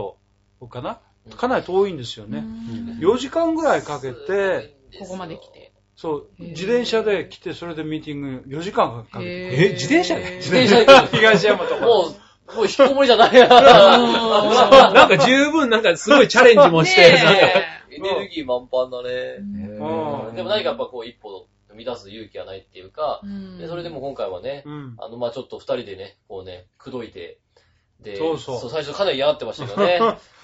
D: かなかなり遠いんですよ
B: う
D: ね。
B: ん
D: 4時間ぐらいかけて、
B: ここまで来て。
D: そう、
B: へー
D: 自転車で来て、それでミーティング4時間かけて。
B: へー
A: え自転車で
C: 自転車で来る
D: 東山とか。
C: もう、もう引きこもりじゃ
D: [laughs]
C: ないな。
A: なんか十分、なんかすごいチャレンジもして、
B: ねえ
A: なんか。
C: エネルギー満帆だね。
D: うん
C: でも何かやっぱこう、一歩踏み出す勇気がないっていうか
B: う、ん
C: でそれでも今回はね、
D: うん。
C: あの、まあちょっと二人でね、こうね、口説いて、で、
D: そうそう
C: 最初かなり嫌がってましたけどね。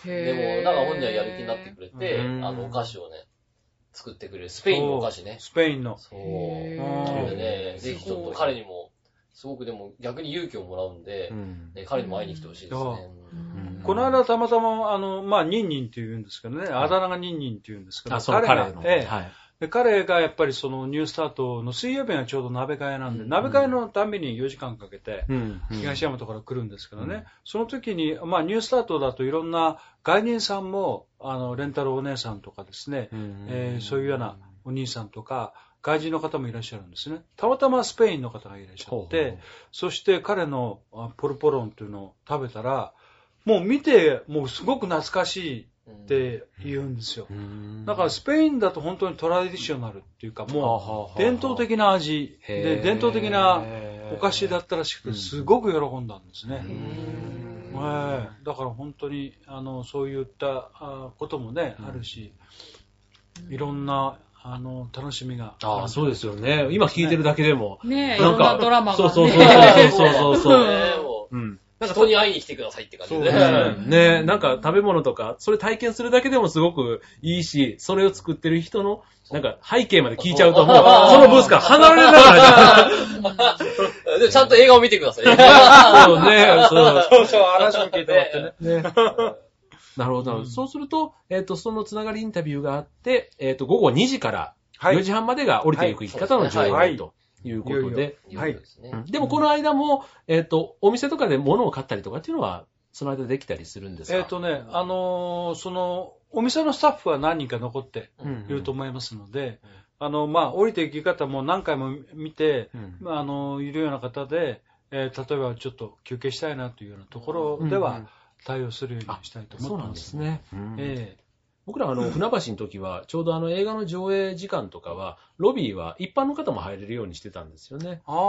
C: で
B: へ
C: も、
B: ー
C: なんか本人はやる気になってくれて、
A: うん
C: あの、お菓子をね、作ってくれる。スペインのお菓子ね。
D: スペインの。
C: そう。
B: へ
C: な
B: ー
C: のでね、ぜひちょっと彼にも、すごくでも逆に勇気をもらうんで、
A: うん
C: ね彼にも会いに来てほしいですね。
B: うん
D: この間たまたま、あの、まあ、ニンニンって言うんですけどね、あだ名がニンニンって言うんですけど、
A: あ、そう、彼の。
D: がええ
A: はい。
D: で彼がやっぱりそのニュースタートの水曜日がちょうど鍋会なんで、
C: うん
D: 鍋会のために4時間かけて、
A: うん
D: 東大和から来るんですけどね、
A: うん
D: その時に、まあ、ニュースタートだといろんな外人さんも、あの、レンタルお姉さんとかですね、
A: うん
D: えーそういうようなお兄さんとか、外人の方もいらっしゃるんですね。たまたまスペインの方がいらっしゃ
A: ほうほ
D: っ
A: う
D: て、そして彼のあポルポロンというのを食べたら、もう見て、もうすごく懐かし
C: うん
D: い
C: [laughs]
D: って言うんですよ
A: う。ん
D: だからスペインだと本当にトラディショナルっていうか、も
A: も
D: う伝統的な味で、伝統的なお菓子だったらし
A: う
D: く
A: ん
D: て、すごく喜んだんですね。
C: ん
D: ええだから本当に、あの、そういったあこともね、
A: うん
D: あるし、いろんな、あの、楽しみが
A: ああ、そうです
D: よ。
A: よね。今聞いてるだけでも。
B: ねえ、い
A: な
B: ろ
A: ん
B: ん
A: か
B: なドラマがね。
A: そうそうそう
C: ね
A: そうそうそう
B: そう
C: ねも
A: うん。なんか
C: 人に会いに来てくださいって感じで
D: そうだ
C: ね。
A: うんねなんか食べ物とか、それ体験するだけでもすごくいいし、それを作ってる人の、なんか背景まで聞いちゃうともう、そのブースから離れられ
D: [laughs]
A: ないじ
C: [laughs] でちゃんと映画を見てください。
A: ゃん。そうね、 [laughs] そう。
D: そうそう、話も聞いてもら
A: [laughs]
D: ってね。
A: ね。なるほど、なるほど。そうすると、えっ、と、そのつながりインタビューがあって、えっ、と、午後2時から
D: はい
A: 4時半までが降りていく生き方の重要
D: はい
A: ということ
D: はい
A: で、
C: いうことですね
A: うんでもこの間も、えっ、と、お店とかで物を買ったりとかっていうのは、その間できたりするんですか
D: えっ、とね、あのーその、お店のスタッフは何人か残って
A: うん
D: いると思いますので、あの、まあ、降りていき方も何回も見て、
A: うん
D: まああの、いるような方で、えー例えばちょっと休憩したいなというようなところで
A: うんうん
D: は対応するようにしたいと
A: そう
D: 思っ
A: な
D: て
A: ん
D: ま。
A: ですすね。ええ
D: え
A: 僕らあの、船橋の時は、ちょうどあの映画の上映時間とかは、ロビーは一般の方も入れるようにしてたんですよね。
D: えあ
C: あ
A: の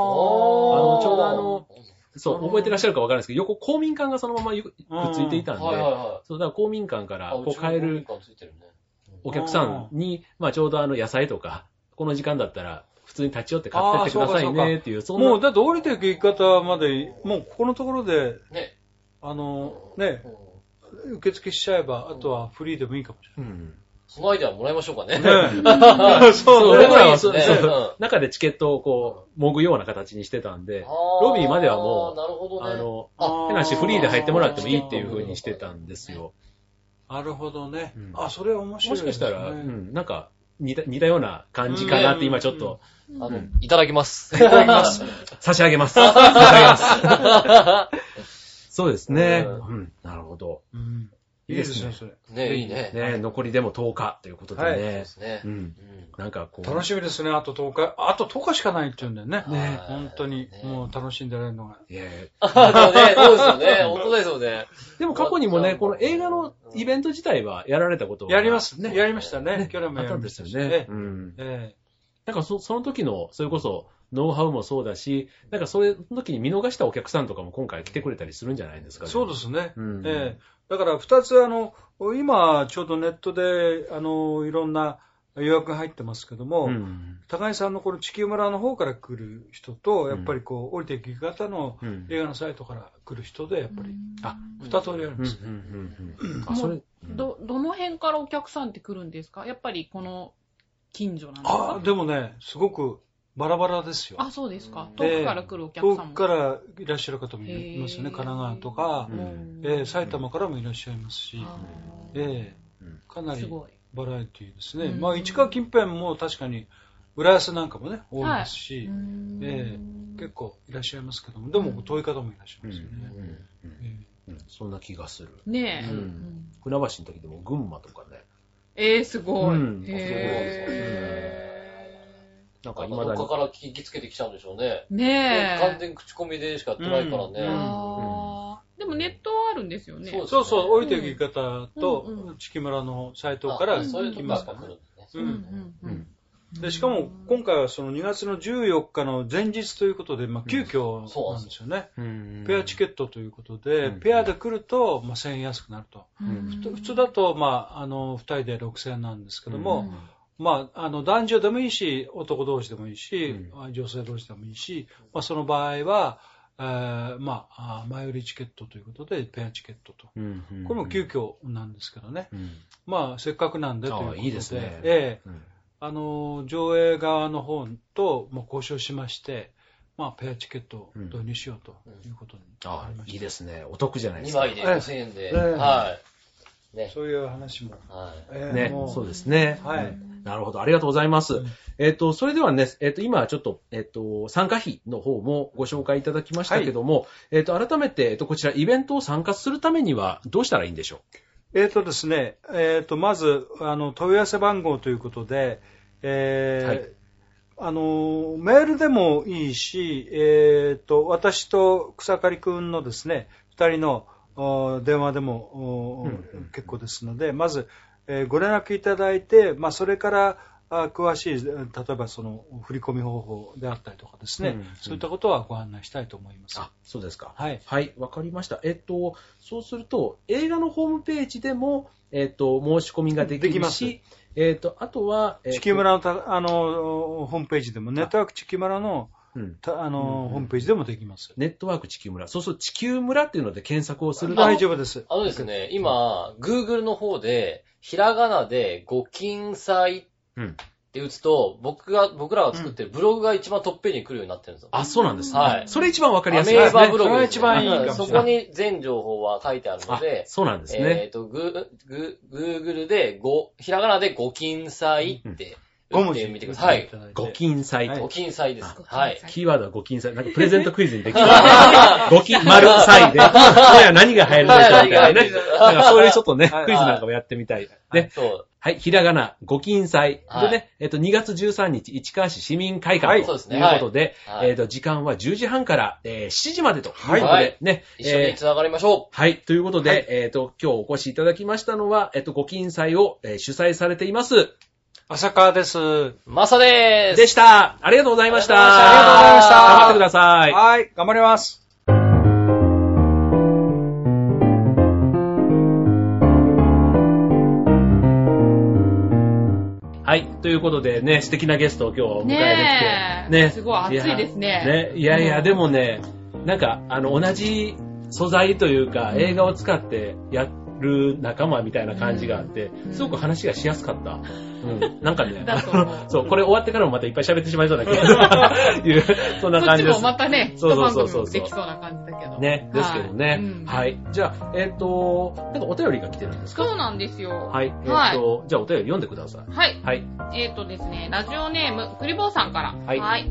D: ー
A: ちょうどあの、そう、覚えてらっしゃるかわからないですけど、横公民館がそのままゆくっついていたんで、
C: はいはいは
A: そう、だから公民館か
C: い。
A: ら
C: あ
A: こう買える。
C: うちの文化ついてるね
A: お客さんに、まあちょうどあの野菜とか、この時間だったら普通に立ち寄って買ってってくださいねっていう、そんな
D: もうだって降りていく行き方まで、もうここのところで、
C: ね。
D: あの、ね
C: う、ん
D: 受付しちゃえば、あとはフリーでもいいかもし
A: うん
C: そのアイデアもらいましょうかね。
D: れ
A: [laughs]
D: ない。
A: そう、僕
D: そうね。
A: らはそ
C: そうね
A: そう
C: うん
A: 中でチケットをこう、もぐような形にしてたんで、ロ
C: ロ
A: ビーまではもう
C: なるほどね。
A: あの、
D: あ
A: 変なしフリーで入ってもらってもいいっていう風にしてたんですよ。
D: なるほどね
A: うん。
D: あ、それは面白
A: も
D: い
A: し
D: で
A: かし
D: す
A: た
D: ね。
A: ら、うん、なんか似た、似たような感じかなって今ちょっと
C: あの
A: うん
C: いただきま
A: [laughs]
C: す。い
D: ただきます。
A: 差し上げます。
D: [laughs]
A: 差し上げます。そうですね。
C: う
A: うん、なるほど。
D: うんいいですね、それ。
C: ねいいね。
A: ね、残りでも10日ということで
D: はい
C: そう
A: ね
C: で。すね
A: う。ん。
C: うん
A: なんかこう。
D: 楽しみですね、あと10日。あと10日しかないって言うんだよね。
A: ね
D: 本当に
C: ね、
D: もう楽しんでられるのが。
A: いやいや
C: あでもね、そうです
A: [laughs]
C: よね。本当ですよね。
A: でも過去に
D: [laughs]
A: もね、この映画のイベント自体はやられたことは
D: やりますね。
A: ね。
D: やりましたね。去年も
A: あっ
D: や
A: た
D: り
A: んで
D: まし
A: す
D: た
A: よ
D: し
A: ね
D: ね。。
A: うん。
D: ええ
A: なんかそその時の、それこそ、ノウハウもそうだし、なんかそれその時に見逃したお客さんとかも今回来てくれたりするんじゃないですか、。
D: そうですすね。
A: うん。
D: ええだから2つ、あの、今、ちょうどネットで、あの、いろんな予約が入ってますけども、
A: うん。
D: 高井さんのこの地球村の方から来る人と、やっぱりこう、降りていく方の
A: うん。
D: 映画のサイトから来る人で、やっぱり、
A: あ
D: 2通り
A: う
D: あり
A: ん。う
D: ます。
A: ん。うん。あ、それ、うん
B: ど、どの辺からお客さんって来るんですかやっぱりこの近所なんです
D: あ
B: か
D: でもね、すごくバラバラですよ。
B: あ、そうですか。
C: ええ
B: 遠くから来るお客
D: 遠
B: さん
D: く
B: も。
D: からいらっしゃる方もいますよね、
B: へー
D: 神奈川とか
A: う、ん
D: えー埼玉からもいらっしゃいますし、
B: あー
D: え
A: うん
D: ーかな
B: す
D: り
B: ごい。
D: バラエティーですね、
B: うん
D: まあ、市川近辺も確かに浦安なんかもね、多いですし、
B: うん
D: え結構いらっしゃいますけども、でも遠い方もいらっしゃいますよね。
A: うんうん
D: え
A: うんそんな気がする。
B: ねえ。
A: うん
B: うん
A: 船橋の時でも群馬とかね、
B: えー、すごい。
A: うん
B: へ
A: なん
C: な
A: か
C: ん
A: 今だ
C: かどっ
A: に
C: か。から聞きつけてきちゃうんでしょうね。
B: ー。ねえ。
C: 完全口コミでしかやってないから
A: う
C: ね。
B: あーでもネットはあるんですよね。
C: そうです
D: そうそう、降りていく方
B: うんうんう
D: と、地球村のサイト
C: あ
D: から
C: そういう
D: 来
C: とこ
D: ま
C: ばっ
D: すか
C: から来
D: ね
C: る。んだね。
B: うんうんう
A: うんん。
D: でしかも今回はその2月の14日の前日ということで、まあ、急遽なんですよね、ペアチケ
A: ッ
D: ットということで、
A: うん
D: ペアで来ると、まあ、1000円安くなると、
A: うん
D: ふと普通だと、まあ、あの2人で6000円なんですけど
B: う
D: も、
B: ん
D: まあ、あの男女でもいいし、男同士でもいいし、
A: う
D: 女性同士でもいいし、まあ、その場合は、えーまあ、あー前売りチケットということで、ペアチケットと。
A: ト。うんうん
D: これも急遽なんですけどね、
A: うん
D: まあ、せっかくなんでということ
A: あ
D: で、
A: ーいいですね
D: ええ
A: うん
D: あの上映側の方と、まあ、交渉しまして、まあ、ペアチケットを導入しようということにな
A: あ
D: りました、
A: いいですね。お得じゃないです
C: 2
A: か。
C: 枚で5000円で。
D: ええ
C: はい。ね。
D: そういう話も、
C: はい。
D: え
A: ね
D: も、
A: そうですね。
D: はい
A: うんなるほど、ありがとうございます。
D: うん
A: えっ、と、それではね、えっ、と、今ちょっと、えっ、と、参加費の方もご紹介いただきましたけども、えっ、と、改めて、えっ、と、こちら、イベントを参加するためには、どうしたらいいんでしょ
D: えーとですね、えー、とまずあの問い合わせ番号ということで、えー
A: はい
D: あのメールでもいいし、えー、と私と草刈君のですね2人のお電話でもお
A: うんうんうん
D: 結構ですので、まず、えーご連絡いただいて、まあ、それからあ詳しい、例えばその振り込み方法であったりとかですね、
A: うんうん
D: そういったことはご案内したいと思いま
A: う
D: す。
A: あ、そうですか。
D: はい
A: はい、わかりました。えっ、と、そうすると、映画のホームページでも、えっ、と、申し込みができ
D: でき
A: る
D: ます
A: し、えっ、と、あとは、えーと
D: 地球村のたあのホームページでも、ネットワーク地球村の
A: うん。
D: たあの、
A: うん
D: ホームページでもできます。
A: ネットワーク地球村。そうそう、地球村っていうので検索をすると、
D: 大丈夫です。
C: あのですね、今、Google の方で、ひらがなで、ご金祭っ
A: うん。
C: て打つと、僕が、僕らが作ってるブログが一番トップページに来るようになってるんですよ。
A: あ、そうなんです、ね
C: はい
A: それ一番わかりや
C: ア
A: すいで
C: メー
A: す
C: バ
A: ね。
C: ブログです、ね。
D: それは一番いいかもしれない
C: そこに全情報は書いてあるの
A: あ
C: で、
A: そうなんですね。
C: えっ、と、グー、グー、グーグルで、ご、ひらがなでご金祭って、
D: 5
C: 打っ
D: 文
C: て
D: 字。
C: みてください。。
A: ご金祭
D: はい
C: ご金祭です
A: あ。
C: はい。
A: キーワードはご金祭。なんかプレゼントクイズにできる。ご金、丸祭で、今夜何が入るのかみたいなね。なんかそういうちょっとね、
D: はい
A: クイズなんかもやってみたい。ね。
C: そう。
A: はい、ひらがな、ご金祭。
C: はい
A: でね、えっと、2月13日、市川市市民会
D: は
A: 館
D: い
A: と
C: そう
A: いう
C: ですね
A: ことで、
C: はい
A: えっと、時間は10時半からえー7時までということ
D: はい
C: はい
A: で、ね。
C: 一緒
A: え
C: に
A: ー
C: 繋がりましょ
A: はい。ということで、
D: はい
A: えっ、と、今日お越しいただきましたのは、えっ、と、ご金祭を、えー主催されています。
D: 浅川です。は
C: う。まさでーす
A: でした。ありがとうございました。
C: あ
A: 頑張って
C: り
A: く
C: が
A: ださ
D: い、
A: い。
D: 頑張ります。
A: はい。ということでね、素敵なゲストを今日お迎え
B: ねえ。
A: できて。
B: すごい暑いです
A: いや
B: ね。
A: ね。いやいや、でもね、なんか、あの、同じ素材というか、映画を使ってやる仲間みたいな感じがあって、
B: うん
A: すごく話がしやすかった。うん。なんかね、
B: [laughs] だと思う
A: あの [laughs] そう、これ終わってからもまたいっぱい喋ってしまいそうな気
B: [laughs]
A: がいう、そんな
B: そっ
A: 感じ
B: ち
A: で
B: も
A: す。
B: またね、
A: そう
B: 一
A: そう
B: 番
A: そう
B: 組
A: そう
B: もできそうな感じだけど。
A: ね、ですけど
B: は
A: ね
B: い。うん
A: はい。じゃあ、えっ、と、なんかお便りが来てるんですか
B: そうなんですよ。
A: はい。えっ、
B: は
A: と、じゃあお便り読んでください。
B: はい。
A: はい。
B: えっ、とですね、ラジオネーム、クリボーさんから。
A: はい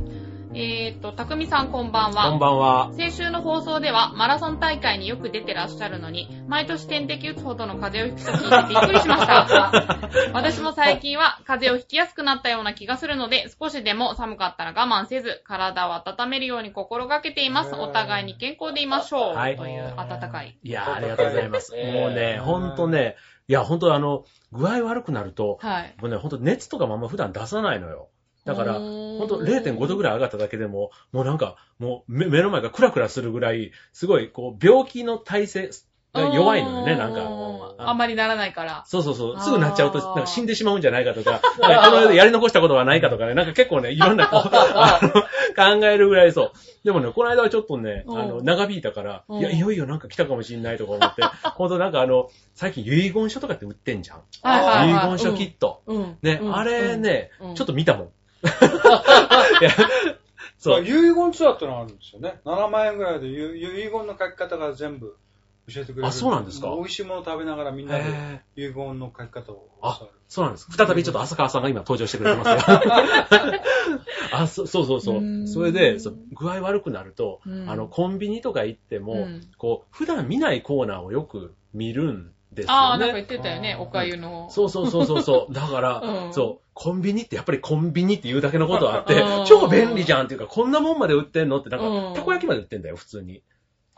B: えっ、と、たくみさんこんばんは。
A: こんばんは。
B: 先週の放送では、マラソン大会によく出てらっしゃるのに、毎年点滴打つほどの風邪をひくと聞いてびっくりしま
A: [laughs]
B: した。私も最近は風邪をひきやすくなったような気がするので、少しでも寒かったら我慢せず、体を温めるように心がけています。お互いに健康でいましょう。
A: はい
B: という温かい。
A: いやー、ありがとうございます。
C: えー
A: もうね、ほんとね、いや、ほんとあの、具合悪くなると、
B: はい。
A: もうね、ほんと熱とかもあんま普段出さないのよ。だから、ほんと
B: と
A: 0.5度ぐらい上がっただけでも、もうなんか、もう目目の前がクラクラするぐらい、すごい、こう、病気の体勢、弱いのよね、なんか。
B: うんあんまりならないから。
A: そうそうそ
B: あ
A: う。
B: ー
A: すぐなっちゃうと、なんか死んでしまうんじゃないかとか、 [laughs] なんかこの世でやり残したことはないかとかね、なんか結構ね、いろんなこう、あの考えるぐらいそう。でもね、この間はちょっとね、あ
B: うん
A: の、長引いたから、
B: うん
A: いや、いよいよなんか来たかもしんないとか
B: [laughs]
A: 思って、ほんとなんかあの、最近遺言書とかって売ってんじゃん。
B: はいはいはい
A: 遺言書キット。
B: うん。
A: ね、
B: うん
A: あれ、ね、
B: うん
A: ちょっと見た
B: [laughs]
A: もん。いや
D: そ。
A: そうう。
D: 遺言ツアーってのがあるんですよね。7万円ぐらいでゆ遺言の書き方が全部教えてくれる。
A: あそうなんですか
D: 美味しいものを食べながらみんなで
A: へー
D: 遺言の書き方を
A: あ
D: 教わる。
A: そうなんです。再びちょっと浅川さんが今登場してくれてますよ。
B: [laughs]
A: あそそうそうそう
B: ー
A: う。
B: ん
A: それで、そう具合悪くなると、
B: うん
A: あの、コンビニとか行っても、
B: うん
A: こう、普段見ないコーナーをよく見るんです
B: あ
A: よ
B: あ、なんか言
A: ね。
B: ってたよね、おかゆの。
A: そうそうそうそうそう。だから、
B: うん
A: そう、コンビニってやっぱりコンビニって言うだけのことあって
B: うん、
A: 超便利じゃんっていうか、こんなもんまで売ってんのって、なん
B: うん
A: か、たこ焼きまで売ってんだよ、普通に。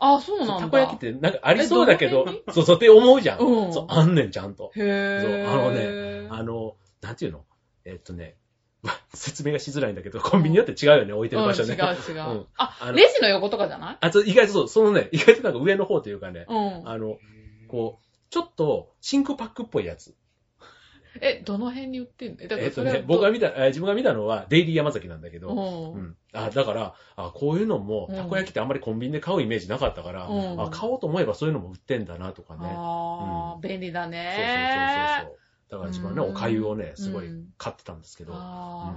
B: ああ、そうなんだ。
A: たこ焼きってなんかありそうだけ
B: えどの
A: ど、そうそうって思うじゃん。
B: うん
A: そう、あんねん、ちゃんと。
B: へえ。
A: そうあのねあの、なんていうのえっとね、わ説明がしづらいんだけど、コンビニによって違うよね、置いてる場所ね。
B: うん、違う違う。
A: うんあ
B: あ、
A: の
B: レジの横とかじゃない
A: あと、意外とそう、そのね、意外となんか上の方というかね、
B: うん。
A: あの、こう、ちょっと真空パックっぽいやつ。
B: え、どの辺に売ってんのだから
A: えっと
B: それは
A: ね、僕が見た、えー自分が見たのは、デイリー山崎なんだけ
B: う
A: ど、
B: ん。
A: うん。あ、だから、あ、こういうのも
B: う、ん
A: たこ焼きってあんまりコンビニで買うイメージなかったから、
B: うん
A: あ、買おうと思えばそういうのも売ってんだなとかね。
B: ああ、
A: う
B: 便利だ
A: そう
B: ね。
A: そうそうそうそう。だから自分はね、
B: うん
A: お粥をね、すごい
B: うん
A: 買ってたんですけど、
B: あ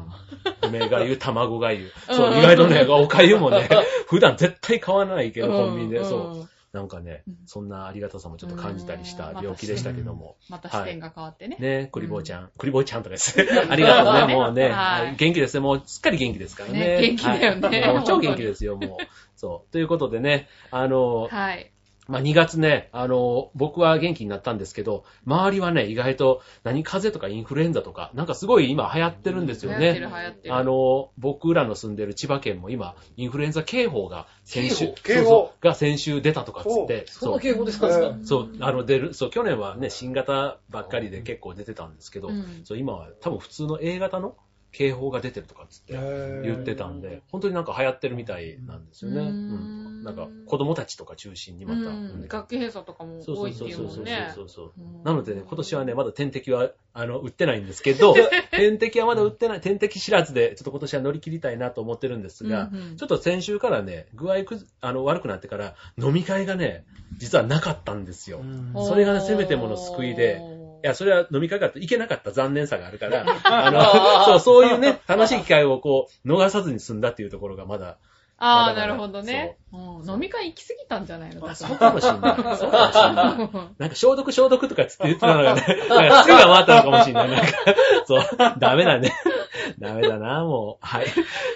A: 梅がゆ、卵がゆ。
B: [laughs] うん
A: そう、意外とね、おかゆも
B: [laughs]
A: ね、普段絶対買わないけ
B: ー
A: ど、コンビニ
B: う
A: で。
B: ん
A: そう。
B: うん
A: なんかね
B: うん、
A: そんなありがたさもちょっと感じたりした病気でしたけども。
B: また視点が変わってね。
A: ね、クリボーちゃん。クリボーちゃんとかです。 [laughs] ありがとうね、もうね。
B: はい
A: はい元気ですね。もうすっかり元気ですからね。
B: ね元気だよね
A: はいもう超元気ですよ、もう。そう。ということでね、あの、
B: はい。
A: まあ、2月ね、あの、僕は元気になったんですけど、周りはね、意外と何風邪とかインフルエンザとか、なんかすごい今流行ってるんです
B: 流
A: よ
B: 行って
A: ね
B: る。流行ってる。
A: あの、僕らの住んでる千葉県も今、インフルエンザ警報が先週、
D: 警
A: そう
D: 報警報
A: そうが先週出たとかっつって、
C: そんな
A: う、
C: 敬語ですか、
D: え
C: う
D: ー
A: そう、あの、出る、そう、去年はね、新型ばっかりで結構出てたんですけど、
B: うん
A: そう、今は多分普通の A 型の警報が出てるとかっつって言
D: 言
A: ってたんで、本当になんか流行ってるみたいなんですよね。
B: う
A: うんん。なんか子供たちとか中心にまた。
B: うん、学級閉鎖とかも
A: そう
B: 多
A: そ
B: いうって
A: そう
B: いう
A: そう
B: も
A: そ
B: ん
A: う
B: ね。
A: そうそう。
B: うん
A: なのでね、今年はね、まだ点滴は、あの、売ってないんですけ [laughs] ど、点滴はまだ売ってない、点滴知らずで、ちょっと今年は乗り切りたいなと思ってるんですが、
B: うんうん
A: ちょっと先週からね、具合くず、あの、悪くなってから、飲み会がね、実はなかったんですよ。
D: うん
A: おそれがねせめてもの救いでいや、それは飲み会があって行けなかった残念さがある
B: [laughs]
A: から、あの、そう、そういうね、楽しい機会をこう、逃さずに済んだっていうところがまだ、
B: ああ、
A: まだまだ
B: なるほどね。うん飲み会行き過ぎたんじゃないのだ
A: そうかもしんない。そうかもしんない。なんか消毒消毒とかつって言ってたのがね、なんか癖が回ったのかもしれない。なんか、そう、ダメだね。ダメだな、もう。はい。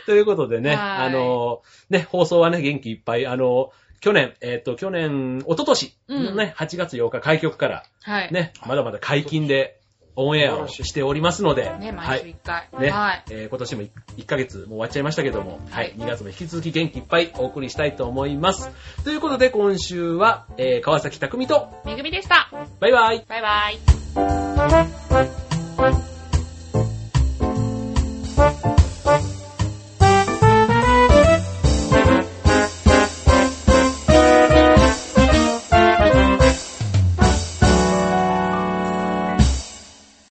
A: ということでね、
B: はい
A: あの、ね、放送はね、元気いっぱい、あの、去年、えっ、と、去年、一昨年のね、8月8日開局から、
B: [laughs] はい。ね。
A: ね、まだまだ解禁でオンエアをしておりますので、は
B: 毎週
A: い。
B: 一回。
A: ね、
B: はい。
A: えー今年も 1, ヶ月もう終わっちゃいましたけども、は
B: はい
A: い、2月も引き続き元気いっぱいお送りしたいと思います。ということで、今週は、えー川崎匠と、
B: めぐみでした。
A: バイバイ
B: バイバイ。
E: 「